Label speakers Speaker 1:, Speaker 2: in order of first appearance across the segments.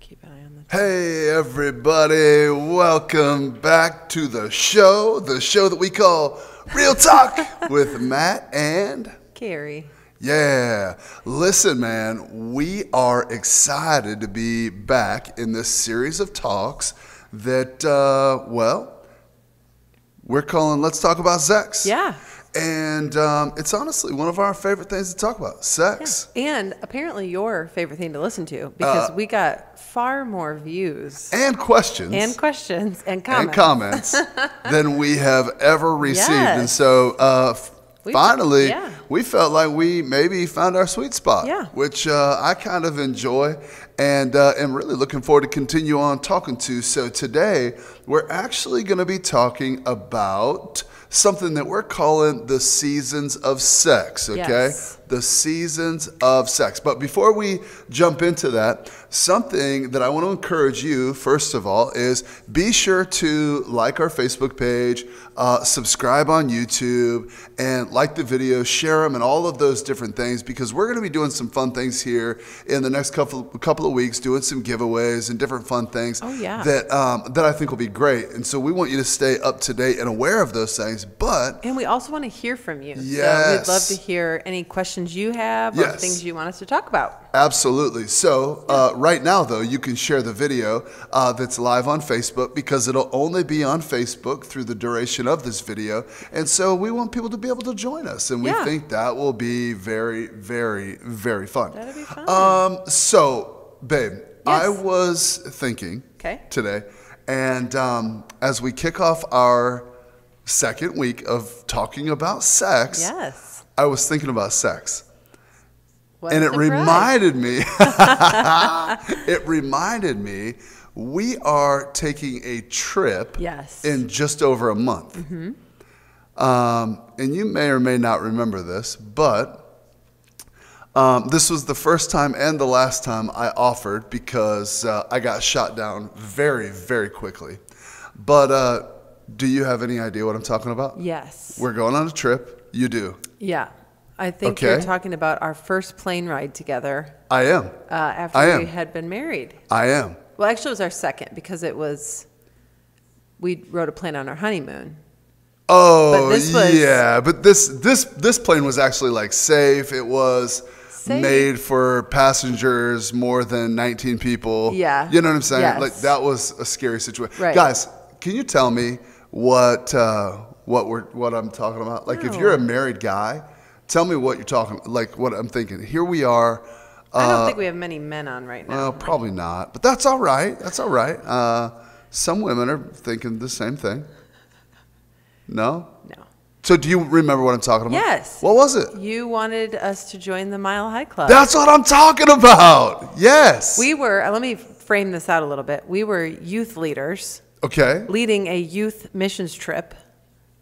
Speaker 1: Keep an eye on the.
Speaker 2: Hey, everybody, welcome back to the show, the show that we call Real Talk with Matt and.
Speaker 1: Carrie.
Speaker 2: Yeah. Listen, man, we are excited to be back in this series of talks that, uh, well, we're calling Let's Talk About Sex.
Speaker 1: Yeah.
Speaker 2: And um, it's honestly one of our favorite things to talk about sex.
Speaker 1: And apparently your favorite thing to listen to because we got far more views
Speaker 2: And Uh, questions.
Speaker 1: and questions and comments.
Speaker 2: and comments than we have ever received. And
Speaker 1: Yes.
Speaker 2: so uh, f-
Speaker 1: We-
Speaker 2: finally,
Speaker 1: yeah.
Speaker 2: we felt like we maybe found our sweet spot,
Speaker 1: Yeah.
Speaker 2: which uh, I kind of enjoy and uh, am really looking forward to continue on talking to. So today, we're actually going to be talking about something that we're calling the seasons of sex, okay?
Speaker 1: Yes.
Speaker 2: the seasons of sex. But before we jump into that, something that I want to encourage you, first of all, is be sure to like our Facebook page, uh, subscribe on YouTube, and like the video, share them, and all of those different things because we're going to be doing some fun things here in the next couple, couple of weeks, doing some giveaways and different fun things
Speaker 1: Oh, yeah.
Speaker 2: that, um, that I think will be great. And so we want you to stay up to date and aware of those things. But
Speaker 1: And we also want to hear from you. So
Speaker 2: Yes.
Speaker 1: we'd love to hear any questions you have or
Speaker 2: Yes.
Speaker 1: things you want us to talk about.
Speaker 2: Absolutely. So, uh, right now, though, you can share the video uh, that's live on Facebook because it'll only be on Facebook through the duration of this video. And so, we want people to be able to join us. And we
Speaker 1: Yeah.
Speaker 2: think that will be very, very, very fun.
Speaker 1: That'll be fun.
Speaker 2: Um, so, babe, I
Speaker 1: Yes.
Speaker 2: was thinking
Speaker 1: Okay.
Speaker 2: today, and um, as we kick off our second week of talking about sex,
Speaker 1: Yes.
Speaker 2: I was thinking about sex
Speaker 1: What
Speaker 2: and
Speaker 1: a
Speaker 2: it
Speaker 1: surprise.
Speaker 2: reminded me it reminded me we are taking a trip
Speaker 1: Yes. Mm-hmm.
Speaker 2: in just over a month um, and you may or may not remember this but um, this was the first time and the last time I offered because uh, I got shot down very, very quickly. But uh, do you have any idea what I'm talking about?
Speaker 1: Yes.
Speaker 2: We're going on a trip. You do.
Speaker 1: Yeah. I think you're
Speaker 2: Okay.
Speaker 1: talking about our first plane ride together
Speaker 2: I am.
Speaker 1: uh, after
Speaker 2: I am.
Speaker 1: we had been married.
Speaker 2: I am.
Speaker 1: Well, actually, it was our second because it was we rode a plane on our honeymoon.
Speaker 2: Oh
Speaker 1: this was-
Speaker 2: yeah, but this this this plane was actually like safe. It was
Speaker 1: Safe.
Speaker 2: made for passengers more than 19 people.
Speaker 1: Yeah.
Speaker 2: you know what I'm saying.
Speaker 1: Yes.
Speaker 2: Like that was a scary situation.
Speaker 1: Right.
Speaker 2: Guys, can you tell me what uh, what we're what I'm talking about? Like if
Speaker 1: No.
Speaker 2: you're a married guy, tell me what you're talking. Like what I'm thinking. Here we are.
Speaker 1: I
Speaker 2: Uh,
Speaker 1: don't think we have many men on right now.
Speaker 2: well, probably not, but that's all right. That's all right. Uh, some women are thinking the same thing. No.
Speaker 1: no.
Speaker 2: So do you remember what I'm talking about?
Speaker 1: Yes.
Speaker 2: What was it?
Speaker 1: You wanted us to join the Mile High Club.
Speaker 2: That's what I'm talking about. Yes.
Speaker 1: we were, uh, let me frame this out a little bit. We were youth leaders
Speaker 2: okay.
Speaker 1: leading a youth missions trip.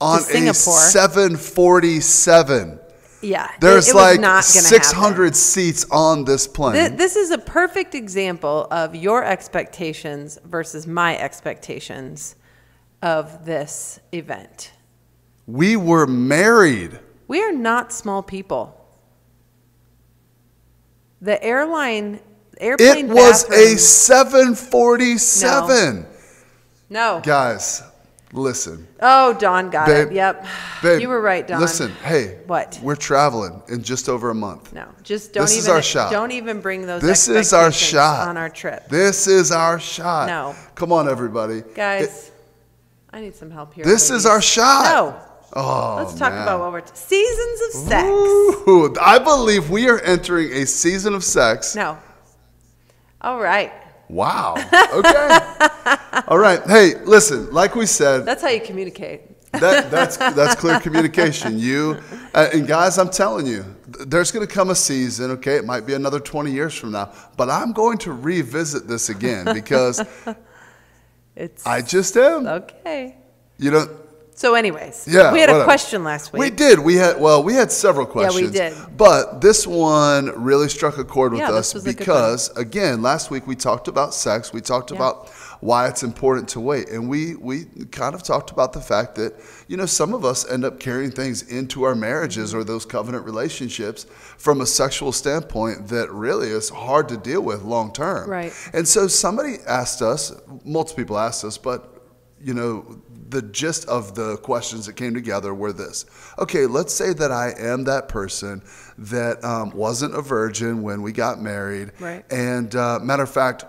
Speaker 2: On a
Speaker 1: Singapore.
Speaker 2: 747.
Speaker 1: Yeah. it-
Speaker 2: There's
Speaker 1: it was
Speaker 2: like
Speaker 1: not gonna happen.
Speaker 2: 600 seats on this
Speaker 1: Thi-
Speaker 2: plane.
Speaker 1: This is a perfect example of your expectations versus my expectations of this event.
Speaker 2: we were married.
Speaker 1: We are not small people. The airline
Speaker 2: It
Speaker 1: airplane
Speaker 2: was a
Speaker 1: bathroom-
Speaker 2: 747.
Speaker 1: no.
Speaker 2: Guys, listen.
Speaker 1: Oh, Don got
Speaker 2: Babe,
Speaker 1: it. Yep.
Speaker 2: Babe,
Speaker 1: you were right, Don.
Speaker 2: Listen, hey.
Speaker 1: What?
Speaker 2: We're traveling in just over a month.
Speaker 1: No, just don't
Speaker 2: This
Speaker 1: even
Speaker 2: is our shot.
Speaker 1: don't even bring those
Speaker 2: This is our
Speaker 1: expectations
Speaker 2: shot.
Speaker 1: on our trip.
Speaker 2: This is our shot.
Speaker 1: No.
Speaker 2: Come on, everybody. It-
Speaker 1: Guys, I need some help here.
Speaker 2: This is
Speaker 1: ladies.
Speaker 2: our shot.
Speaker 1: No.
Speaker 2: Oh,
Speaker 1: Let's talk
Speaker 2: man.
Speaker 1: about what we're t- seasons of sex.
Speaker 2: Ooh, I believe we are entering a season of sex.
Speaker 1: No. All right.
Speaker 2: Wow. Okay. All right. Hey, listen. Like we said,
Speaker 1: That's how you communicate.
Speaker 2: that, that's that's clear communication. You uh, and guys, I'm telling you, th- there's going to come a season. Okay, it might be another 20 years from now, but I'm going to revisit this again because
Speaker 1: It's
Speaker 2: I just am.
Speaker 1: okay.
Speaker 2: You know,
Speaker 1: So, anyways,
Speaker 2: Yeah,
Speaker 1: we had a
Speaker 2: whatever.
Speaker 1: question last week.
Speaker 2: We did. We had well, we had several
Speaker 1: Yeah, we
Speaker 2: questions.
Speaker 1: did.
Speaker 2: But this one really struck a chord with
Speaker 1: Yeah, this
Speaker 2: us
Speaker 1: was a good one.
Speaker 2: because again, last week we talked about sex. We talked
Speaker 1: Yeah.
Speaker 2: about why it's important to wait, and we we kind of talked about the fact that you know some of us end up carrying things into our marriages
Speaker 1: Mm-hmm.
Speaker 2: or those covenant relationships from a sexual standpoint that really is hard to deal with long term.
Speaker 1: Right.
Speaker 2: And so somebody asked us, multiple people asked us, but you know, the gist of the questions that came together were this. Okay, let's say that I am that person that um, wasn't a virgin when we got married.
Speaker 1: Right.
Speaker 2: And uh, matter of fact,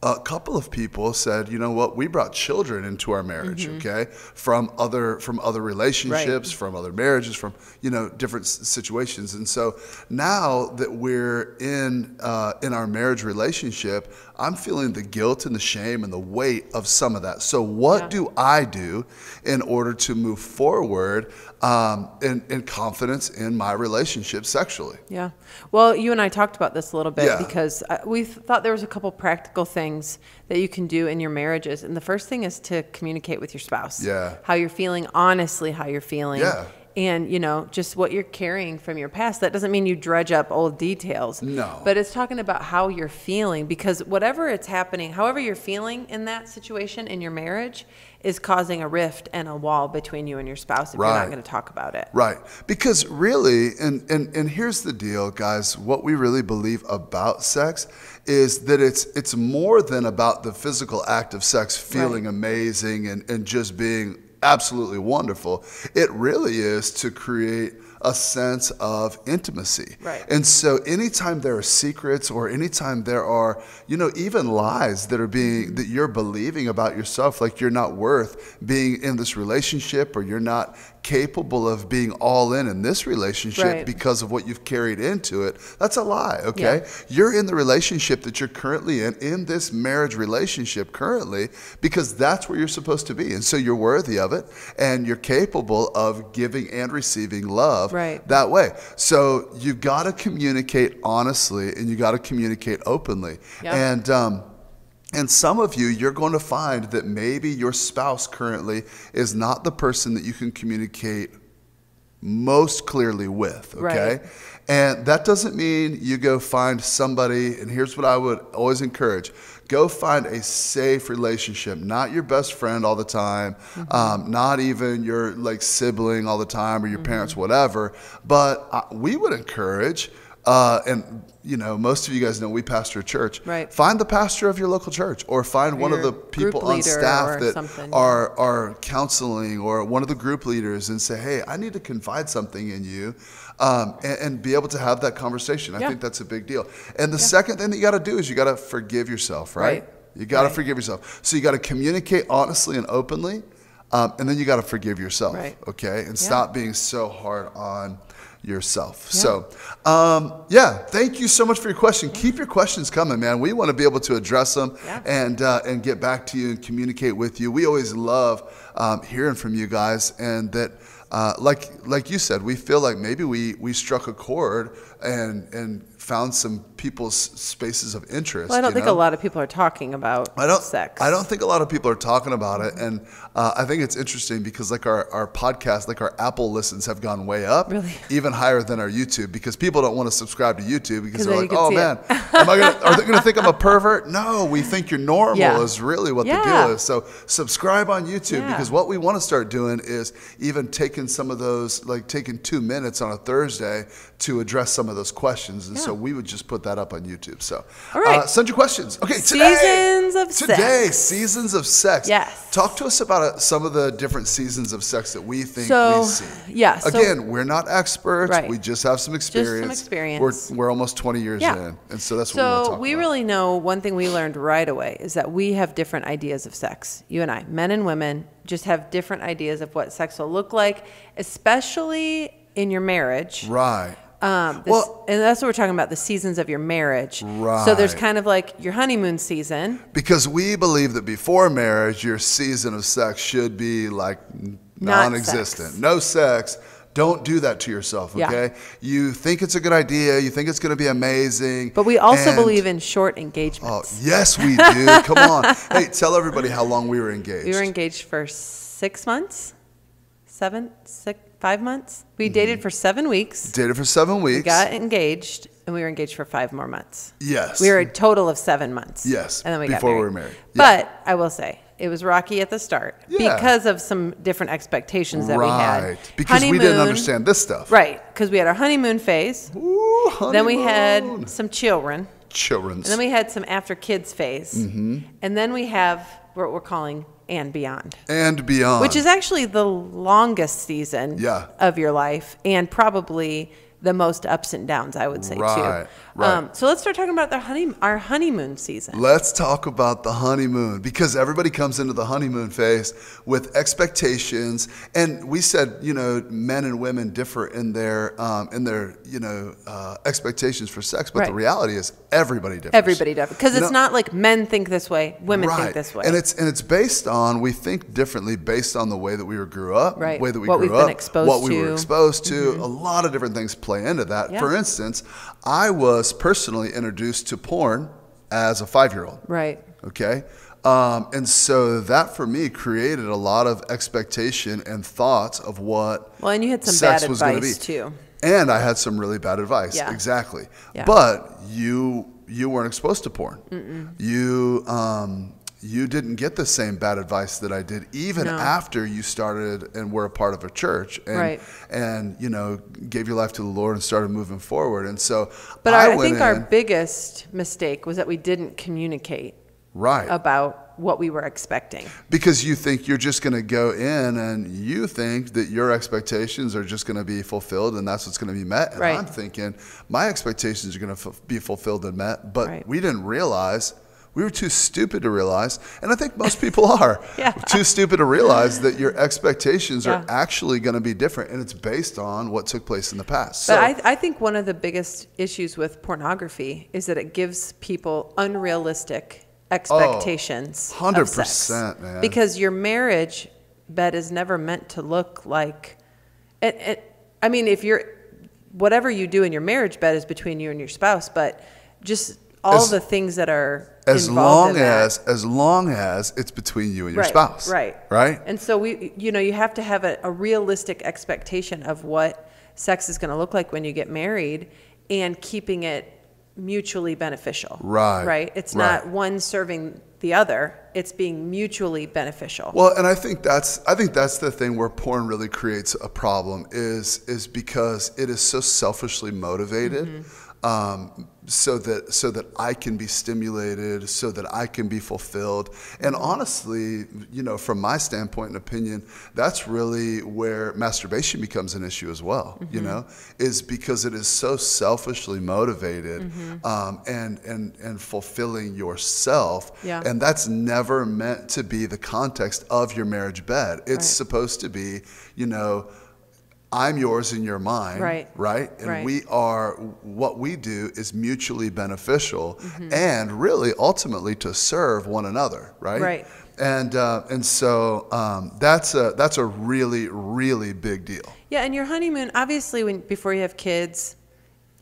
Speaker 2: a couple of people said, you know what, we brought children into our marriage, okay, from other from other relationships, from other marriages, from you know different s- situations, and so now that we're in uh, in our marriage relationship, I'm feeling the guilt and the shame and the weight of some of that. So what
Speaker 1: Yeah.
Speaker 2: do I do in order to move forward um, in, in confidence in my relationship sexually?
Speaker 1: Yeah. Well, you and I talked about this a little bit
Speaker 2: Yeah.
Speaker 1: because uh, we thought there was a couple practical things that you can do in your marriages, and the first thing is to communicate with your spouse.
Speaker 2: Yeah.
Speaker 1: How you're feeling, honestly, how you're feeling.
Speaker 2: Yeah.
Speaker 1: And you know just what you're carrying from your past. That doesn't mean you dredge up old details.
Speaker 2: No.
Speaker 1: But it's talking about how you're feeling because whatever it's happening, however you're feeling in that situation in your marriage, is causing a rift and a wall between you and your spouse if you're not
Speaker 2: Right.
Speaker 1: going to talk about it.
Speaker 2: Right. Because really, and, and, and here's the deal, guys, what we really believe about sex is that it's it's more than about the physical act of sex feeling amazing and, and just being absolutely wonderful. It really is to create a sense of intimacy.
Speaker 1: Right.
Speaker 2: And so anytime there are secrets or anytime there are, you know, even lies that are
Speaker 1: Mm-hmm.
Speaker 2: being that you're believing about yourself, like you're not worth being in this relationship or you're not capable of being all in in this relationship
Speaker 1: Right.
Speaker 2: because of what you've carried into it, that's a lie, okay? You're in the relationship that you're currently in, in this marriage relationship currently, because that's where you're supposed to be. And so you're worthy of it and you're capable of giving and receiving love
Speaker 1: Right.
Speaker 2: that way. So you've got to communicate honestly and you got to communicate openly.
Speaker 1: Yeah.
Speaker 2: And um, and some of you, you're going to find that maybe your spouse currently is not the person that you can communicate most clearly with, okay?
Speaker 1: Right.
Speaker 2: And that doesn't mean you go find somebody, and here's what I would always encourage go find a safe relationship, not your best friend all the time,
Speaker 1: Mm-hmm.
Speaker 2: um, not even your like sibling all the time
Speaker 1: Mm-hmm.
Speaker 2: or your parents, whatever. But uh, we would encourage, uh, and you know, most of you guys know we pastor a church.
Speaker 1: Right.
Speaker 2: Find the pastor of your local church or find one of
Speaker 1: your
Speaker 2: the people
Speaker 1: group
Speaker 2: on
Speaker 1: leader or
Speaker 2: staff that
Speaker 1: something.
Speaker 2: are are are counseling or one of the group leaders and say, "Hey, I need to confide something in you," um, and, and be able to have that conversation. I
Speaker 1: Yeah.
Speaker 2: think that's a big deal. And the second thing that you got to do is you got to forgive yourself, right?
Speaker 1: Right.
Speaker 2: You got to
Speaker 1: Right.
Speaker 2: forgive yourself. So you got to communicate honestly and openly, um, and then you got to forgive yourself,
Speaker 1: Right.
Speaker 2: okay? And
Speaker 1: Yeah.
Speaker 2: stop being so hard on yourself. So, um, yeah, thank you so much for your question. Keep your questions coming, man. We want to be able to address them
Speaker 1: Yeah.
Speaker 2: and uh, and get back to you and communicate with you. We always love um, hearing from you guys, and that uh, like like you said, we feel like maybe we we struck a chord and and found some people's spaces of interest.
Speaker 1: Well, I don't
Speaker 2: you
Speaker 1: think
Speaker 2: know?
Speaker 1: a lot of people are talking about
Speaker 2: I don't,
Speaker 1: sex.
Speaker 2: I don't think a lot of people are talking about it, and uh, I think it's interesting because like our, our podcast, like our Apple listens have gone way up,
Speaker 1: Really?
Speaker 2: even higher than our YouTube because people don't want to subscribe to YouTube
Speaker 1: 'Cause
Speaker 2: because they're
Speaker 1: then
Speaker 2: like,
Speaker 1: you can
Speaker 2: oh
Speaker 1: see
Speaker 2: man,
Speaker 1: it."
Speaker 2: am I gonna, are they going to think I'm a pervert? No, we think you're normal
Speaker 1: Yeah.
Speaker 2: is really what the
Speaker 1: Yeah.
Speaker 2: deal is. So subscribe on YouTube
Speaker 1: Yeah.
Speaker 2: because what we want to start doing is even taking some of those, like taking two minutes on a Thursday to address some of those questions, and so
Speaker 1: Yeah.
Speaker 2: we would just put that up on YouTube. So
Speaker 1: All right.
Speaker 2: uh, send your questions. Okay,
Speaker 1: Seasons of
Speaker 2: today, Today,
Speaker 1: sex.
Speaker 2: seasons of sex.
Speaker 1: Yes.
Speaker 2: Talk to us about uh, some of the different seasons of sex that we think
Speaker 1: So,
Speaker 2: we see.
Speaker 1: yeah, so-
Speaker 2: Again, we're not experts.
Speaker 1: Right.
Speaker 2: We just have some
Speaker 1: some
Speaker 2: experience.
Speaker 1: experience.
Speaker 2: We're, we're almost 20 years
Speaker 1: Yeah.
Speaker 2: in. And so that's what we want to
Speaker 1: So
Speaker 2: talk
Speaker 1: we
Speaker 2: about.
Speaker 1: really know one thing we learned right away is that we have different ideas of sex. You and I, men and women, just have different ideas of what sex will look like, especially in your marriage.
Speaker 2: Right.
Speaker 1: Um, this,
Speaker 2: Well-
Speaker 1: and that's what we're talking about—the seasons of your marriage. So there's
Speaker 2: Right.
Speaker 1: kind of like your honeymoon season.
Speaker 2: Because we believe that before marriage, your season of sex should be like n-
Speaker 1: Not
Speaker 2: non-existent,
Speaker 1: sex.
Speaker 2: no sex. Don't do that to yourself,
Speaker 1: Yeah.
Speaker 2: okay? You think it's a good idea, you think it's going to be amazing.
Speaker 1: But we also
Speaker 2: and-
Speaker 1: believe in short
Speaker 2: Oh,
Speaker 1: engagements.
Speaker 2: yes, we do. Come on. Hey, tell everybody how long we were engaged.
Speaker 1: we were engaged for six months. seven, six, five months. We
Speaker 2: Mm-hmm.
Speaker 1: dated for seven weeks.
Speaker 2: Dated for seven weeks.
Speaker 1: We got engaged, and we were engaged for five more months.
Speaker 2: yes.
Speaker 1: We were a total of seven months.
Speaker 2: Yes,
Speaker 1: And then we
Speaker 2: before
Speaker 1: got
Speaker 2: we
Speaker 1: married.
Speaker 2: were married. Yeah.
Speaker 1: But I will say, it was rocky at the start
Speaker 2: Yeah.
Speaker 1: because of some different expectations that we had.
Speaker 2: right. Because we didn't
Speaker 1: Honeymoon-
Speaker 2: understand this stuff.
Speaker 1: Right. Because we had our honeymoon phase.
Speaker 2: Ooh,
Speaker 1: Then we
Speaker 2: honeymoon.
Speaker 1: had some children.
Speaker 2: children's.
Speaker 1: And then we had some after kids phase.
Speaker 2: Mm-hmm.
Speaker 1: And then we have what we're calling and beyond,
Speaker 2: and beyond.
Speaker 1: which is actually the longest season
Speaker 2: Um, Yeah.
Speaker 1: of your life and probably the most ups and downs, I would say,
Speaker 2: Right,
Speaker 1: too. Um,
Speaker 2: right.
Speaker 1: so let's start talking about the honey, our honeymoon season.
Speaker 2: Let's talk about the honeymoon because everybody comes into the honeymoon phase with expectations, and we said you know men and women differ in their um, in their you know uh, expectations for sex, but the
Speaker 1: Right.
Speaker 2: reality is everybody differs.
Speaker 1: Everybody does. Because it's
Speaker 2: No.
Speaker 1: not like men think this way, women think this way.
Speaker 2: And it's and it's based on we think differently based on the way that we were grew up,
Speaker 1: Right.
Speaker 2: way that we
Speaker 1: What
Speaker 2: grew
Speaker 1: we've
Speaker 2: up,
Speaker 1: been exposed
Speaker 2: what we were
Speaker 1: to. Mm-hmm.
Speaker 2: exposed to. A lot of different things play into that.
Speaker 1: Yeah.
Speaker 2: For instance, I was personally introduced to porn as a five year old.
Speaker 1: right.
Speaker 2: Okay. Um, and so that for me created a lot of expectation and thoughts of what
Speaker 1: Well, and you had some
Speaker 2: sex
Speaker 1: bad
Speaker 2: was gonna
Speaker 1: advice,
Speaker 2: be.
Speaker 1: too.
Speaker 2: And I had some really bad advice.
Speaker 1: Yeah.
Speaker 2: Exactly.
Speaker 1: Yeah.
Speaker 2: But you you weren't exposed to porn. You um, you didn't get the same bad advice that I did, even
Speaker 1: No.
Speaker 2: after you started and were a part of a church and
Speaker 1: Right.
Speaker 2: and you know gave your life to the Lord and started moving forward. And so,
Speaker 1: But our, I
Speaker 2: went
Speaker 1: think our
Speaker 2: in-
Speaker 1: biggest mistake was that we didn't communicate
Speaker 2: right
Speaker 1: about what we were expecting.
Speaker 2: because you think you're just going to go in and you think that your expectations are just going to be fulfilled and that's what's going to be met and
Speaker 1: Right.
Speaker 2: i'm thinking my expectations are going to f- be fulfilled and met but
Speaker 1: Right.
Speaker 2: we didn't realize we were too stupid to realize and i think most people are
Speaker 1: Yeah.
Speaker 2: too stupid to realize that your expectations are
Speaker 1: Yeah.
Speaker 2: actually going to be different and it's based on what took place in the past so
Speaker 1: But I, I think one of the biggest issues with pornography is that it gives people unrealistic expectations. of
Speaker 2: 100%,
Speaker 1: sex.
Speaker 2: Oh, man.
Speaker 1: Because your marriage bed is never meant to look like. It, it, I mean, if you're. Whatever you do in your marriage bed is between you and your spouse, but just all
Speaker 2: As-
Speaker 1: the things that are.
Speaker 2: as
Speaker 1: involved
Speaker 2: long
Speaker 1: in that.
Speaker 2: as as long as it's between you and your
Speaker 1: right,
Speaker 2: spouse
Speaker 1: Right.
Speaker 2: right
Speaker 1: And so we, you know, you have to have a, a realistic expectation of what sex is going to look like when you get married and keeping it mutually beneficial.
Speaker 2: Right,
Speaker 1: Right. It's
Speaker 2: right.
Speaker 1: not one serving the other, it's being mutually beneficial.
Speaker 2: Well, and I think that's I think that's the thing where porn really creates a problem is is because it is so selfishly motivated. Um, so that so that I can be stimulated, so that I can be fulfilled, and honestly, you know, from my standpoint and opinion, that's really where masturbation becomes an issue as well. You know, is because it is so selfishly motivated um, and and and fulfilling yourself,
Speaker 1: Yeah.
Speaker 2: and that's never meant to be the context of your marriage bed. It's
Speaker 1: Right.
Speaker 2: supposed to be, you know, I'm yours and you're mine,
Speaker 1: Right.
Speaker 2: Right, and
Speaker 1: Right.
Speaker 2: we are. What we do is mutually beneficial,
Speaker 1: Mm-hmm.
Speaker 2: and really, ultimately, to serve one another, right?
Speaker 1: Right.
Speaker 2: And uh, and so um, that's a that's a really really big deal.
Speaker 1: yeah. And your honeymoon, obviously, when before you have kids,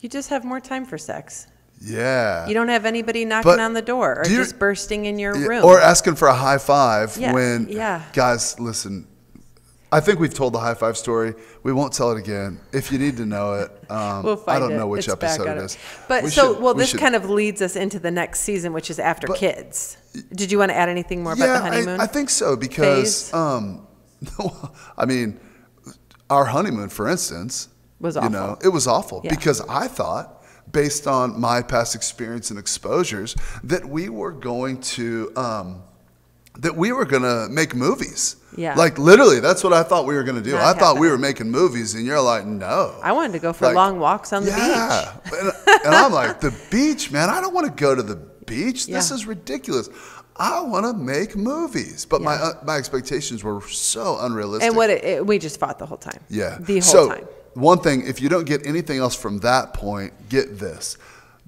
Speaker 1: you just have more time for sex.
Speaker 2: Yeah.
Speaker 1: You don't have anybody knocking
Speaker 2: Uh, But
Speaker 1: on the door or
Speaker 2: do you-
Speaker 1: just bursting in your
Speaker 2: Yeah,
Speaker 1: room.
Speaker 2: Or asking for a high five
Speaker 1: Yeah,
Speaker 2: when
Speaker 1: yeah.
Speaker 2: guys listen. I think we've told the high five story. We won't tell it again. If you need to know it, um,
Speaker 1: We'll find
Speaker 2: I don't
Speaker 1: it.
Speaker 2: know which
Speaker 1: It's back
Speaker 2: episode
Speaker 1: on
Speaker 2: it is.
Speaker 1: But
Speaker 2: We
Speaker 1: so,
Speaker 2: should-
Speaker 1: well,
Speaker 2: we
Speaker 1: this
Speaker 2: should-
Speaker 1: kind of leads us into the next season, which is after kids. Did you want to add anything more
Speaker 2: yeah,
Speaker 1: about the honeymoon?
Speaker 2: I, I think so because
Speaker 1: phase?
Speaker 2: um, I mean, our honeymoon, for instance,
Speaker 1: Was
Speaker 2: You know,
Speaker 1: awful.
Speaker 2: it was awful
Speaker 1: Yeah.
Speaker 2: because I thought, based on my past experience and exposures, that we were going to. Um, that we were gonna make movies.
Speaker 1: Yeah.
Speaker 2: Like literally, that's what I thought we were gonna do.
Speaker 1: Not
Speaker 2: I thought we
Speaker 1: happening.
Speaker 2: were making movies, and you're like, no.
Speaker 1: I wanted to go for
Speaker 2: Like,
Speaker 1: long walks on the beach.
Speaker 2: yeah. And, and I'm like, the beach, man. I don't want to go to the beach. This
Speaker 1: Yeah.
Speaker 2: is ridiculous. I want to make movies, but my
Speaker 1: Yeah.
Speaker 2: uh, my expectations were so unrealistic.
Speaker 1: And what it, it, we just fought the whole time.
Speaker 2: Yeah.
Speaker 1: The whole
Speaker 2: so,
Speaker 1: time.
Speaker 2: One thing, if you don't get anything else from that point, get this.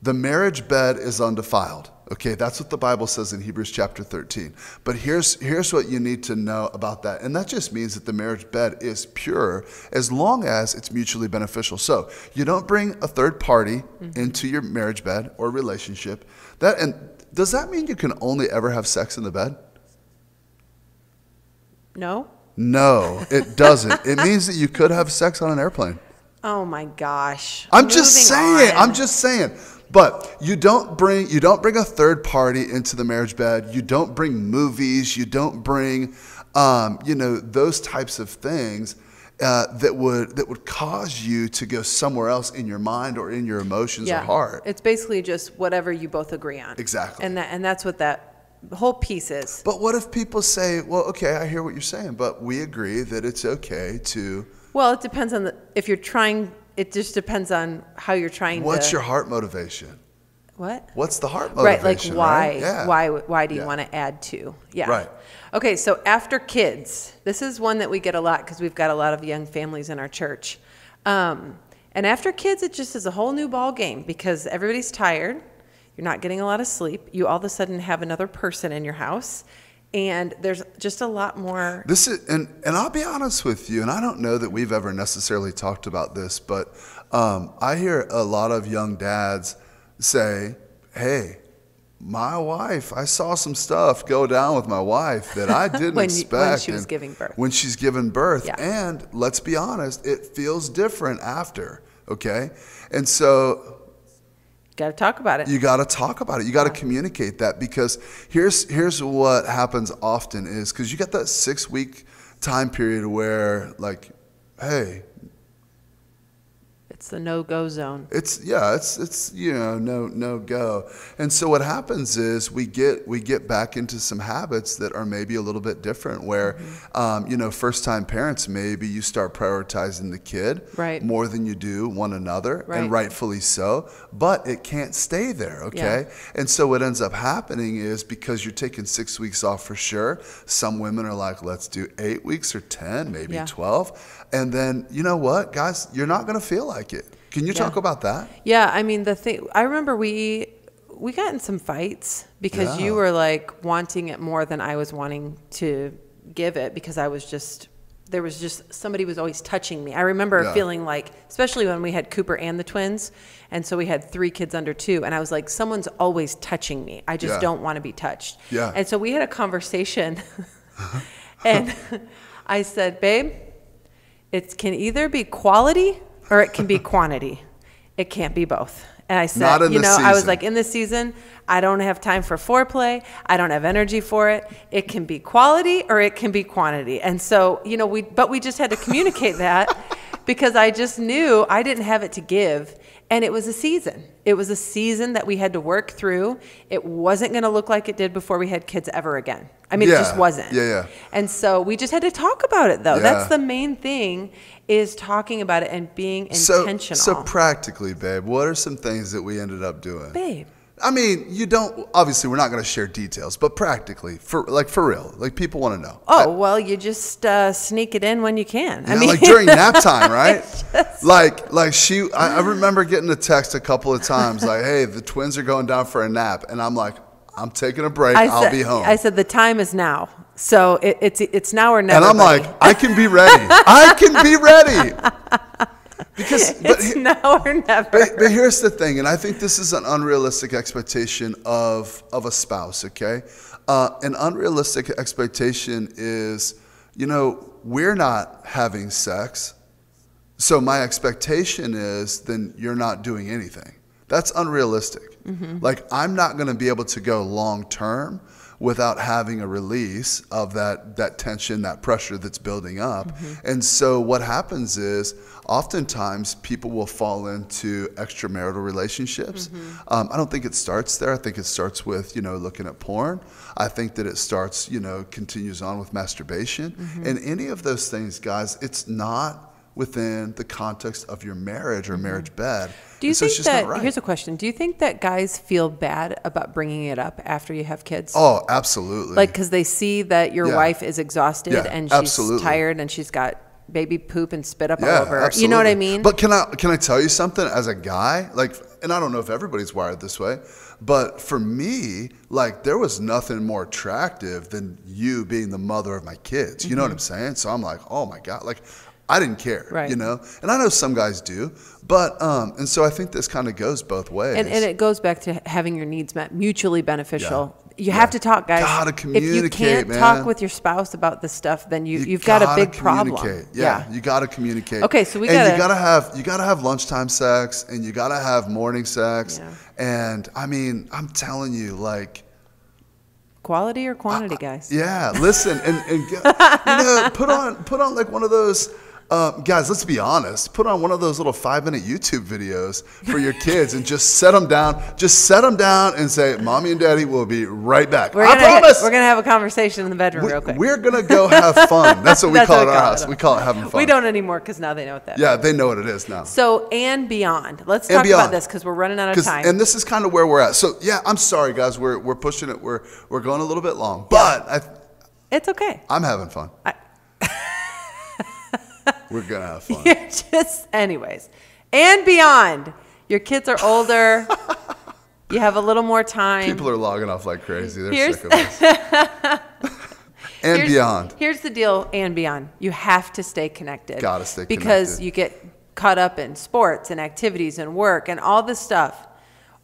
Speaker 2: The marriage bed is undefiled. Okay, that's what the Bible says in Hebrews chapter 13. But here's here's what you need to know about that. And that just means that the marriage bed is pure as long as it's mutually beneficial. So, you don't bring a third party
Speaker 1: Mm-hmm.
Speaker 2: into your marriage bed or relationship. That and does that mean you can only ever have sex in the bed?
Speaker 1: No?
Speaker 2: No, it doesn't. it means that you could have sex on an airplane.
Speaker 1: Oh my gosh.
Speaker 2: I'm just
Speaker 1: Moving
Speaker 2: saying.
Speaker 1: on.
Speaker 2: I'm just saying. But you don't bring you don't bring a third party into the marriage bed. You don't bring movies. You don't bring, um, you know, those types of things uh, that would that would cause you to go somewhere else in your mind or in your emotions or heart.
Speaker 1: It's basically just whatever you both agree on.
Speaker 2: Exactly.
Speaker 1: And that and that's what that whole piece is.
Speaker 2: But what if people say, well, okay, I hear what you're saying, but we agree that it's okay to.
Speaker 1: Well, it depends on the if you're trying. It just depends on how you're trying.
Speaker 2: What's
Speaker 1: to,
Speaker 2: your heart motivation?
Speaker 1: what?
Speaker 2: What's the heart
Speaker 1: Right,
Speaker 2: motivation?
Speaker 1: like why?
Speaker 2: right? Yeah.
Speaker 1: Why? Why do you
Speaker 2: Yeah.
Speaker 1: want to add to? Yeah.
Speaker 2: Right.
Speaker 1: Okay, so after kids, this is one that we get a lot because we've got a lot of young families in our church. Um, and after kids, it just is a whole new ball game because everybody's tired. You're not getting a lot of sleep. You all of a sudden have another person in your house, and there's just a lot more.
Speaker 2: This is, and, and I'll be honest with you, and I don't know that we've ever necessarily talked about this, but um, I hear a lot of young dads say, hey, my wife, I saw some stuff go down with my wife that I didn't
Speaker 1: When you-
Speaker 2: expect.
Speaker 1: when she was
Speaker 2: and
Speaker 1: giving birth.
Speaker 2: When she's given birth.
Speaker 1: Yeah.
Speaker 2: And let's be honest, it feels different after, okay? And so
Speaker 1: Got to talk about it.
Speaker 2: you got to talk about it. You got to communicate that because here's here's what happens often is because you got that six week time period where like, hey,
Speaker 1: It's the no go zone.
Speaker 2: it's yeah, it's it's you know no no go. And so what happens is we get we get back into some habits that are maybe a little bit different. Where
Speaker 1: Mm-hmm.
Speaker 2: um, you know first time parents maybe you start prioritizing the kid
Speaker 1: Right.
Speaker 2: more than you do one another, and
Speaker 1: Right.
Speaker 2: rightfully so. But it can't stay there, okay? And so what ends up happening is because you're taking six weeks off for sure. Some women are like, let's do eight weeks or ten, maybe
Speaker 1: Yeah.
Speaker 2: twelve, and then you know what, guys, you're not gonna feel like it. Can you
Speaker 1: Yeah.
Speaker 2: talk about that?
Speaker 1: Yeah, I mean the thing. I remember we we got in some fights because
Speaker 2: Yeah.
Speaker 1: you were like wanting it more than I was wanting to give it because I was just there was just somebody was always touching me. I remember
Speaker 2: Yeah.
Speaker 1: feeling like, especially when we had Cooper and the twins, and so we had three kids under two, and I was like, someone's always touching me. I just
Speaker 2: Yeah.
Speaker 1: don't want to be touched.
Speaker 2: Yeah.
Speaker 1: And so we had a conversation, and I said, babe. It can either be quality or it can be quantity. It can't be both. And I said,
Speaker 2: Not in
Speaker 1: you know,
Speaker 2: this
Speaker 1: I was
Speaker 2: season.
Speaker 1: like, in this season, I don't have time for foreplay. I don't have energy for it. It can be quality or it can be quantity. And so, you know, we, but we just had to communicate that because I just knew I didn't have it to give. And it was a season. It was a season that we had to work through. It wasn't going to look like it did before we had kids ever again. I mean, it
Speaker 2: Yeah.
Speaker 1: just wasn't.
Speaker 2: Yeah, yeah.
Speaker 1: And so we just had to talk about it though.
Speaker 2: Yeah.
Speaker 1: That's the main thing is talking about it and being intentional.
Speaker 2: So, so practically, babe, what are some things that we ended up doing?
Speaker 1: Babe.
Speaker 2: I mean, you don't. Obviously, we're not going to share details, but practically, for like for real, like people want to know.
Speaker 1: Oh, well, you just uh, sneak it in when you can.
Speaker 2: You know, like during nap time, right? like, like she. I, I remember getting a text a couple of times, like, "Hey, the twins are going down for a nap," and I'm like, "I'm taking a break.
Speaker 1: I
Speaker 2: I'll
Speaker 1: said,
Speaker 2: be home."
Speaker 1: I said the time is now. So it, it's it's now or never.
Speaker 2: and I'm
Speaker 1: buddy.
Speaker 2: like, "I can be ready. I can be ready." Because, but
Speaker 1: it's now or never.
Speaker 2: But, but here's the thing, and I think this is an unrealistic expectation of of a spouse. Okay, uh, an unrealistic expectation is, you know, we're not having sex, so my expectation is then you're not doing anything. That's unrealistic. Like I'm not going to be able to go long term without having a release of that that tension, that pressure that's building up. And so what happens is oftentimes people will fall into extramarital relationships. Um, I don't think it starts there. I think it starts with you know looking at porn. I think that it starts you know continues on with masturbation and any of those things, guys. It's not within the context of your marriage or marriage bed.
Speaker 1: Mm-hmm. Do you
Speaker 2: And so
Speaker 1: think
Speaker 2: it's just
Speaker 1: that?
Speaker 2: not right.
Speaker 1: Here's a question. Do you think that guys feel bad about bringing it up after you have kids?
Speaker 2: oh, absolutely.
Speaker 1: Like, because they see that your
Speaker 2: Yeah.
Speaker 1: wife is exhausted
Speaker 2: Yeah,
Speaker 1: and she's
Speaker 2: absolutely.
Speaker 1: tired and she's got baby poop and spit up
Speaker 2: yeah,
Speaker 1: all over. her. You know what I
Speaker 2: absolutely.
Speaker 1: mean?
Speaker 2: But can I can I tell you something as a guy? Like, and I don't know if everybody's wired this way, but for me, like there was nothing more attractive than you being the mother of my kids. You know what I'm saying? So I'm like, oh my god, like. I didn't care,
Speaker 1: Mm-hmm. Right.
Speaker 2: you know, and I know some guys do, but um, and so I think this kind of goes both ways.
Speaker 1: and, and it goes back to having your needs met, mutually beneficial you have to talk, guys.
Speaker 2: Gotta
Speaker 1: if you
Speaker 2: communicate,
Speaker 1: can't
Speaker 2: man.
Speaker 1: talk with your spouse about this stuff, then you, you have got a
Speaker 2: gotta
Speaker 1: big problem.
Speaker 2: communicate. Yeah, you got to communicate.
Speaker 1: Okay, so we
Speaker 2: and
Speaker 1: gotta-
Speaker 2: you got to have you got to have lunchtime sex and you got to have morning sex.
Speaker 1: Yeah.
Speaker 2: And I mean, I'm telling you, like,
Speaker 1: Quality or quantity, guys?
Speaker 2: yeah, listen and and get, you know, put on put on like one of those. Um, guys, let's be honest. Put on one of those little five-minute YouTube videos for your kids, and just set them down. Just set them down and say, "Mommy and Daddy will be right back."
Speaker 1: We're
Speaker 2: I
Speaker 1: gonna ha-
Speaker 2: promise.
Speaker 1: we're gonna have a conversation in the bedroom real quick.
Speaker 2: We're gonna go have fun. That's what we
Speaker 1: That's
Speaker 2: call
Speaker 1: what
Speaker 2: it
Speaker 1: we call
Speaker 2: our
Speaker 1: it.
Speaker 2: house. We call it having fun.
Speaker 1: We don't anymore because now they know what that.
Speaker 2: Yeah, they know what it is now.
Speaker 1: So and beyond. Let's
Speaker 2: And
Speaker 1: talk about
Speaker 2: beyond.
Speaker 1: this because we're running out of
Speaker 2: 'Cause-
Speaker 1: time.
Speaker 2: and this is kind of where we're at. So yeah, I'm sorry guys, we're we're pushing it. We're we're going a little bit long, but I,
Speaker 1: it's okay.
Speaker 2: I'm having fun.
Speaker 1: I-
Speaker 2: we're gonna have fun.
Speaker 1: You're just anyways. And beyond. Your kids are older. you have a little more time.
Speaker 2: People are logging off like crazy. They're
Speaker 1: Here's-
Speaker 2: sick of us. and
Speaker 1: Here's-
Speaker 2: beyond.
Speaker 1: Here's the deal and beyond. You have to stay connected.
Speaker 2: Gotta stay
Speaker 1: Because
Speaker 2: connected.
Speaker 1: you get caught up in sports and activities and work and all this stuff.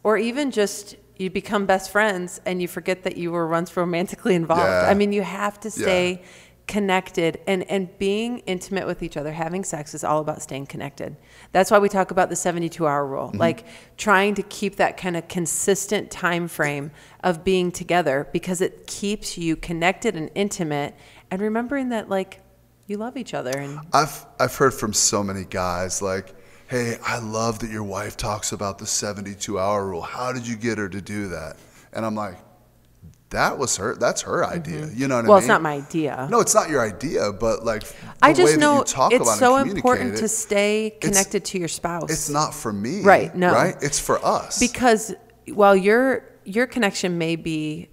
Speaker 1: Or even just you become best friends and you forget that you were once romantically involved.
Speaker 2: Yeah.
Speaker 1: I mean, you have to
Speaker 2: Yeah.
Speaker 1: stay connected and, and being intimate with each other. Having sex is all about staying connected. That's why we talk about the 72 hour rule,
Speaker 2: Mm-hmm.
Speaker 1: like trying to keep that kind of consistent time frame of being together because it keeps you connected and intimate and remembering that like you love each other and
Speaker 2: I've I've heard from so many guys like, "Hey, I love that your wife talks about the 72-hour rule. How did you get her to do that?" And I'm like, "That was her. That's her idea." You know what
Speaker 1: Mm-hmm. well,
Speaker 2: I mean?
Speaker 1: it's not my idea.
Speaker 2: No, it's not your idea, but like the
Speaker 1: I
Speaker 2: way
Speaker 1: just
Speaker 2: that
Speaker 1: know
Speaker 2: you talk about
Speaker 1: it's
Speaker 2: it
Speaker 1: so
Speaker 2: and communicate
Speaker 1: important
Speaker 2: it,
Speaker 1: to stay connected to your spouse.
Speaker 2: It's not for me.
Speaker 1: Right, no.
Speaker 2: Right? It's for us.
Speaker 1: because while your your connection may be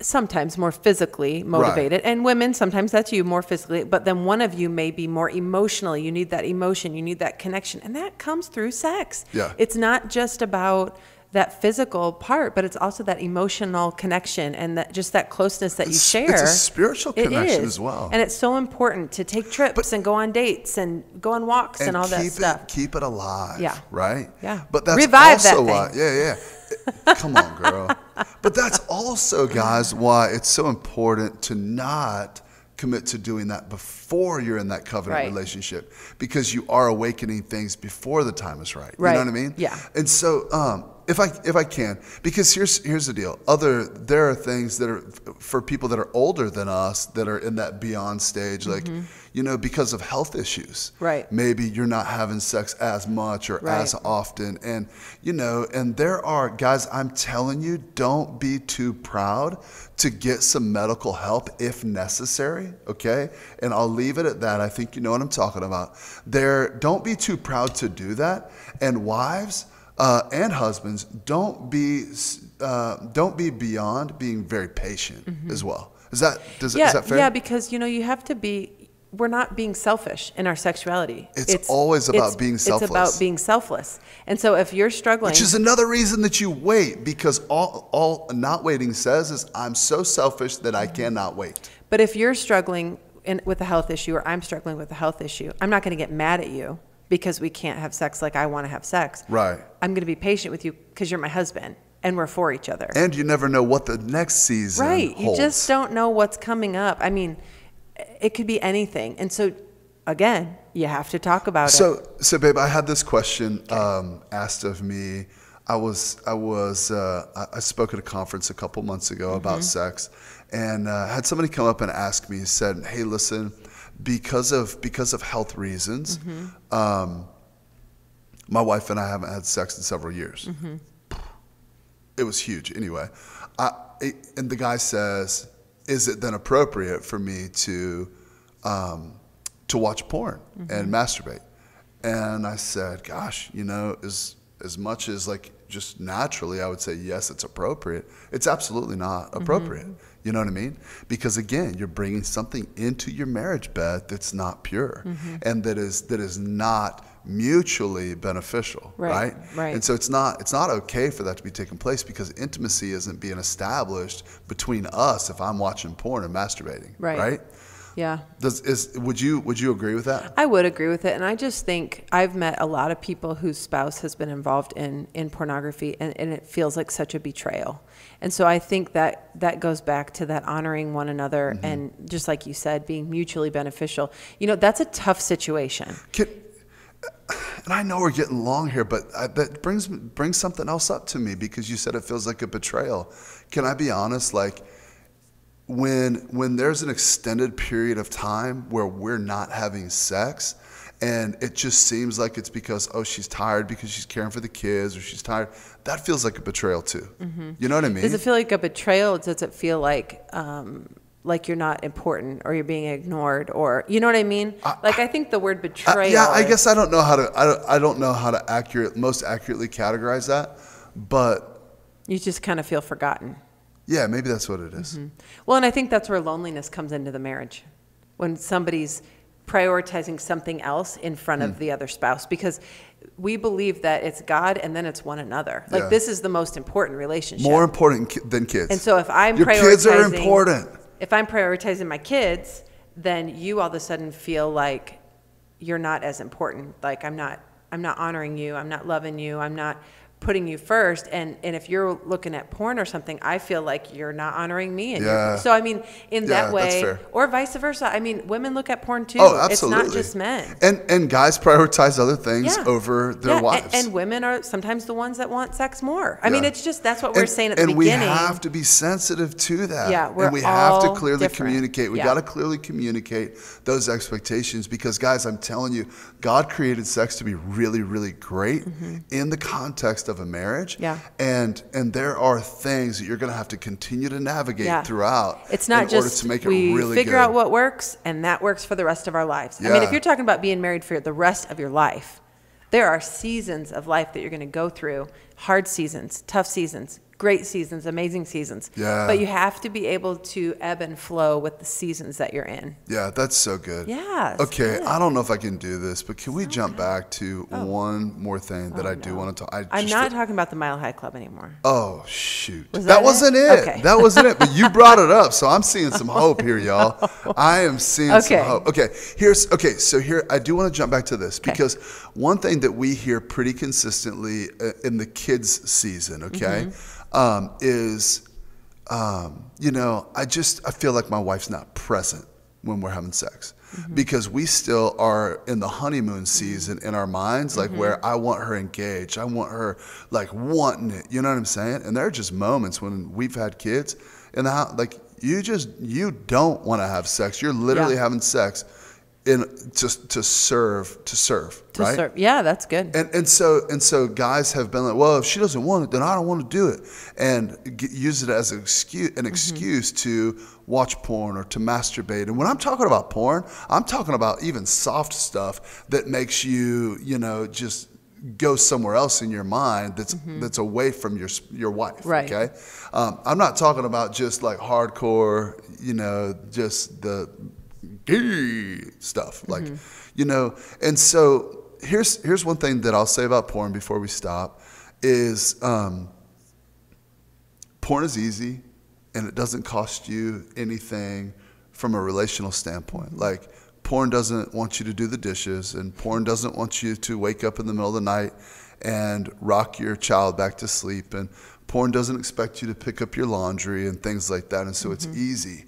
Speaker 1: sometimes more physically motivated and women sometimes that's you more physically but then one of you may be more emotionally you need that emotion you need that connection and that comes through sex
Speaker 2: Yeah.
Speaker 1: it's not just about that physical part but it's also that emotional connection and that just that closeness that
Speaker 2: It's-
Speaker 1: you
Speaker 2: it's a
Speaker 1: share
Speaker 2: spiritual
Speaker 1: It
Speaker 2: connection
Speaker 1: is.
Speaker 2: as well.
Speaker 1: and it's so important to take trips and go on dates and go on walks and, all
Speaker 2: keep
Speaker 1: that stuff
Speaker 2: It, keep it alive.
Speaker 1: Yeah.
Speaker 2: Right?
Speaker 1: Yeah.
Speaker 2: But that's
Speaker 1: Revive that
Speaker 2: also
Speaker 1: thing.
Speaker 2: why. Yeah, yeah. Come on, girl. But that's also, guys, why it's so important to not commit to doing that before you're in that covenant
Speaker 1: Right.
Speaker 2: relationship because you are awakening things before the time is right. You
Speaker 1: Right.
Speaker 2: know what I mean?
Speaker 1: Yeah.
Speaker 2: And so, um, if I if I can, because here's here's the deal. Other there are things that are for people that are older than us that are in that beyond stage, like you know, because of health issues.
Speaker 1: Mm-hmm. Right.
Speaker 2: Maybe you're not having sex as much or as
Speaker 1: Right.
Speaker 2: often, and you know, and there are guys. I'm telling you, don't be too proud to get some medical help if necessary. Okay, and I'll leave it at that. I think you know what I'm talking about. There, don't be too proud to do that. And wives uh, and husbands, don't be uh, don't be beyond being very patient as well. Is that does
Speaker 1: Mm-hmm. yeah,
Speaker 2: is that fair?
Speaker 1: Yeah, because you know you have to be. We're not being selfish in our sexuality.
Speaker 2: It's always about being
Speaker 1: It's
Speaker 2: selfless.
Speaker 1: about being selfless. And so if you're struggling,
Speaker 2: Which is another reason that you wait because all, all not waiting says is, I'm so selfish that I cannot wait.
Speaker 1: but if you're struggling in, with a health issue, or I'm struggling with a health issue, I'm not going to get mad at you because we can't have sex like I want to have sex.
Speaker 2: Right.
Speaker 1: I'm going to be patient with you because you're my husband and we're for each other.
Speaker 2: And you never know what the next season
Speaker 1: right
Speaker 2: holds.
Speaker 1: you just don't know what's coming up i mean it could be anything and so again you have to talk about it
Speaker 2: So, so babe, I had this question um, asked of me. I was, I was, uh, I- I spoke at a conference a couple months ago about
Speaker 1: Mm-hmm.
Speaker 2: sex, and uh, had somebody come up and ask me. Said, "Hey, listen, because of because of health reasons,
Speaker 1: Mm-hmm.
Speaker 2: um, my wife and I haven't had sex in several years. It was huge. Anyway, I, it, and the guy says, "Is it then appropriate for me to um, to watch porn and masturbate?" And I said, "Gosh, you know, as as much as like just naturally, I would say yes, it's appropriate. It's absolutely not appropriate. You know what I mean? Because again, you're bringing something into your marriage bed that's not pure and that is that is not." mutually beneficial
Speaker 1: Right,
Speaker 2: right
Speaker 1: right.
Speaker 2: and so it's not it's not okay for that to be taking place because intimacy isn't being established between us if I'm watching porn and masturbating,
Speaker 1: Right.
Speaker 2: right?
Speaker 1: Yeah.
Speaker 2: Does is would you would you agree with that?
Speaker 1: I would agree with it. And I just think I've met a lot of people whose spouse has been involved in, in pornography and, and it feels like such a betrayal. And so I think that that goes back to that honoring one another
Speaker 2: Mm-hmm.
Speaker 1: and just like you said, being mutually beneficial. You know, that's a tough situation.
Speaker 2: Can, and I know we're getting long here, but I, that brings brings something else up to me because you said it feels like a betrayal. Can I be honest? Like when when there's an extended period of time where we're not having sex, and it just seems like it's because oh she's tired because she's caring for the kids or she's tired. That feels like a betrayal too. You know what I mean?
Speaker 1: Does it feel like Mm-hmm. a betrayal? Does it feel like um, like you're not important or you're being ignored or you know what I mean? like I think the word
Speaker 2: Uh,
Speaker 1: betrayal.
Speaker 2: yeah, I
Speaker 1: is-
Speaker 2: guess I don't know how to I don't, I don't know how to accurate most accurately categorize that, but
Speaker 1: you just kind of feel forgotten.
Speaker 2: yeah, maybe that's what it
Speaker 1: Mm-hmm.
Speaker 2: is.
Speaker 1: Well, and I think that's where loneliness comes into the marriage when somebody's prioritizing something else in front
Speaker 2: Hmm.
Speaker 1: of the other spouse because we believe that it's God and then it's one another. Like
Speaker 2: Yeah.
Speaker 1: this is the most important relationship.
Speaker 2: More important ki- than kids.
Speaker 1: and so if I'm
Speaker 2: your
Speaker 1: prioritizing
Speaker 2: kids are important.
Speaker 1: If I'm prioritizing my kids, then you all of a sudden feel like you're not as important. Like I'm not I'm not honoring you, I'm not loving you, I'm not putting you first and and if you're looking at porn or something i feel like you're not honoring me and you're-
Speaker 2: Yeah.
Speaker 1: so i mean in
Speaker 2: Yeah,
Speaker 1: that
Speaker 2: that's
Speaker 1: way
Speaker 2: fair.
Speaker 1: or vice versa i mean women look at porn too
Speaker 2: Oh, absolutely.
Speaker 1: it's not just men
Speaker 2: And and guys prioritize other things
Speaker 1: yeah.
Speaker 2: over their
Speaker 1: Yeah, a-
Speaker 2: wives.
Speaker 1: and, women are sometimes the ones that want sex more i mean
Speaker 2: Yeah.
Speaker 1: it's just that's what we we're
Speaker 2: And-
Speaker 1: saying at the
Speaker 2: and
Speaker 1: beginning
Speaker 2: we have to be sensitive to that.
Speaker 1: Yeah, we're
Speaker 2: and we have to
Speaker 1: all
Speaker 2: clearly
Speaker 1: different.
Speaker 2: communicate. We
Speaker 1: Yeah.
Speaker 2: got to clearly communicate those expectations because, guys, I'm telling you, God created sex to be really, really great in the context of a marriage.
Speaker 1: Mm-hmm. Yeah.
Speaker 2: and and there are things that you're going to have to continue to navigate
Speaker 1: Yeah.
Speaker 2: throughout.
Speaker 1: It's not
Speaker 2: in
Speaker 1: just
Speaker 2: order to make
Speaker 1: we
Speaker 2: it really
Speaker 1: figure
Speaker 2: good.
Speaker 1: out what works and that works for the rest of our lives. I mean,
Speaker 2: Yeah.
Speaker 1: if you're talking about being married for the rest of your life, there are seasons of life that you're going to go through hard seasons, tough seasons, great seasons, amazing seasons.
Speaker 2: Yeah.
Speaker 1: But you have to be able to ebb and flow with the seasons that you're in.
Speaker 2: Yeah, that's so good.
Speaker 1: Yeah, it's
Speaker 2: Okay,
Speaker 1: good.
Speaker 2: I don't know if I can do this, but can we jump back to one more thing that I do want to talk? I
Speaker 1: Oh. I'm
Speaker 2: just-
Speaker 1: not talking about the Mile High Club anymore.
Speaker 2: Oh shoot!
Speaker 1: Was
Speaker 2: that,
Speaker 1: that it?
Speaker 2: wasn't it.
Speaker 1: Okay. Oh,
Speaker 2: That wasn't it. But you brought it up, so I'm seeing some hope here, y'all. I am seeing
Speaker 1: Okay.
Speaker 2: some hope. Okay. Here's okay. So here, I do want to jump back to this because one thing that we hear pretty consistently uh, in the kids' season, okay,
Speaker 1: Mm-hmm.
Speaker 2: um, is, um, you know, I just I feel like my wife's not present when we're having sex.
Speaker 1: Mm-hmm.
Speaker 2: Because we still are in the honeymoon season in our minds,
Speaker 1: Mm-hmm.
Speaker 2: like where I want her engaged, I want her like wanting it. You know what I'm saying? And there are just moments when we've had kids in the house, like you just you don't want to have sex. You're literally
Speaker 1: Yeah.
Speaker 2: having sex in just to serve to serve,
Speaker 1: To
Speaker 2: right?
Speaker 1: serve- Yeah, that's good.
Speaker 2: And, and so and so guys have been like, well, if she doesn't want it, then I don't want to do it, and g use it as an excuse, an excuse to watch porn or to masturbate. And when I'm talking about porn, I'm talking about even soft stuff that makes you, you know, just go somewhere else in your mind that's that's away from your s- your wife.
Speaker 1: Right.
Speaker 2: Okay. Um, I'm not talking about just like hardcore, you know, just the gay stuff, like you know. And so here's here's one thing that I'll say about porn before we stop is um, porn is easy, and it doesn't cost you anything from a relational standpoint. Like porn doesn't want you to do the dishes, and porn doesn't want you to wake up in the middle of the night and rock your child back to sleep, and porn doesn't expect you to pick up your laundry and things like that. And so it's easy.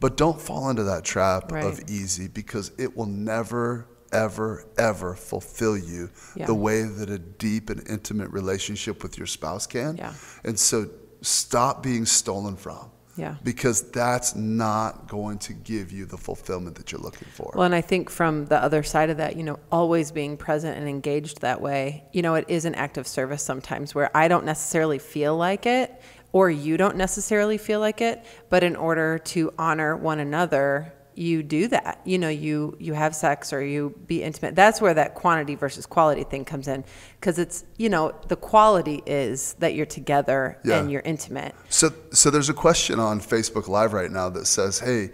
Speaker 2: But don't fall into that trap of
Speaker 1: Mm-hmm. Right.
Speaker 2: easy because it will never, ever, ever fulfill you
Speaker 1: Yeah.
Speaker 2: the way that a deep and intimate relationship with your spouse can.
Speaker 1: Yeah.
Speaker 2: And so stop being stolen from.
Speaker 1: Yeah.
Speaker 2: Because that's not going to give you the fulfillment that you're looking for.
Speaker 1: Well, and I think from the other side of that, you know, always being present and engaged that way, you know, it is an act of service sometimes where I don't necessarily feel like it or you don't necessarily feel like it, but in order to honor one another, you do that. You know, you you have sex or you be intimate. That's where that quantity versus quality thing comes in because it's, you know, the quality is that you're together
Speaker 2: Yeah.
Speaker 1: and you're intimate.
Speaker 2: So, so there's a question on Facebook Live right now that says, hey,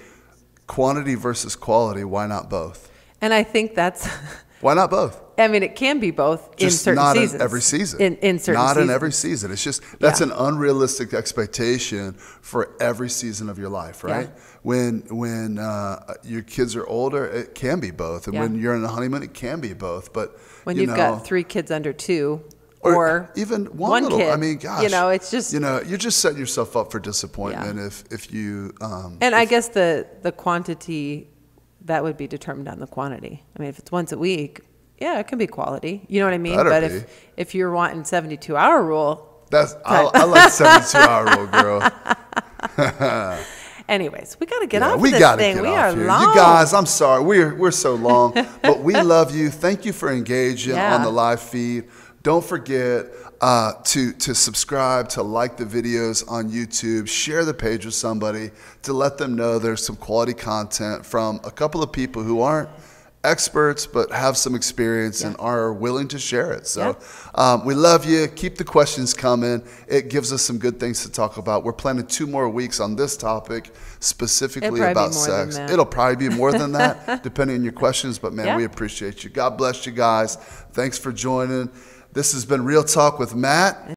Speaker 2: quantity versus quality, why not both?
Speaker 1: And I think that's
Speaker 2: Why not both?
Speaker 1: I mean, it can be both in
Speaker 2: Just
Speaker 1: certain
Speaker 2: not
Speaker 1: seasons.
Speaker 2: in every season.
Speaker 1: In, in certain
Speaker 2: not
Speaker 1: seasons.
Speaker 2: in every season. It's just that's
Speaker 1: Yeah.
Speaker 2: an unrealistic expectation for every season of your life, right? When when uh, your kids are older, it can be both, and
Speaker 1: Yeah.
Speaker 2: when you're in a honeymoon, it can be both. But
Speaker 1: When
Speaker 2: you
Speaker 1: you have
Speaker 2: know,
Speaker 1: got three kids under two or,
Speaker 2: even one, little,
Speaker 1: kid.
Speaker 2: I mean, gosh,
Speaker 1: You know, it's just.
Speaker 2: you know you're just setting yourself up for disappointment if if you um,
Speaker 1: and I guess the, the quantity, that would be determined on the quantity. I mean, if it's once a week, yeah, it can be quality. You know what I mean?
Speaker 2: Better
Speaker 1: but
Speaker 2: be.
Speaker 1: if, if you're wanting 72 hour rule,
Speaker 2: that's I, I like seventy two hour old girl.
Speaker 1: Anyways, we got to get
Speaker 2: Yeah,
Speaker 1: off
Speaker 2: we
Speaker 1: of this
Speaker 2: gotta
Speaker 1: thing.
Speaker 2: get
Speaker 1: we
Speaker 2: off
Speaker 1: are
Speaker 2: here.
Speaker 1: long.
Speaker 2: You guys, I'm sorry. We're we're so long, but we love you. Thank you for engaging
Speaker 1: Yeah.
Speaker 2: on the live feed. Don't forget uh, to to subscribe, to like the videos on YouTube, share the page with somebody to let them know there's some quality content from a couple of people who aren't experts but have some experience and are willing to share it. So um, we love you. Keep the questions coming. It gives us some good things to talk about. We're planning two more weeks on this topic specifically
Speaker 1: probably be
Speaker 2: about
Speaker 1: more than
Speaker 2: sex.
Speaker 1: that.
Speaker 2: It'll probably be more than that, depending on your questions. But man,
Speaker 1: Yeah.
Speaker 2: we appreciate you. God bless you guys. Thanks for joining. This has been Real Talk with Matt.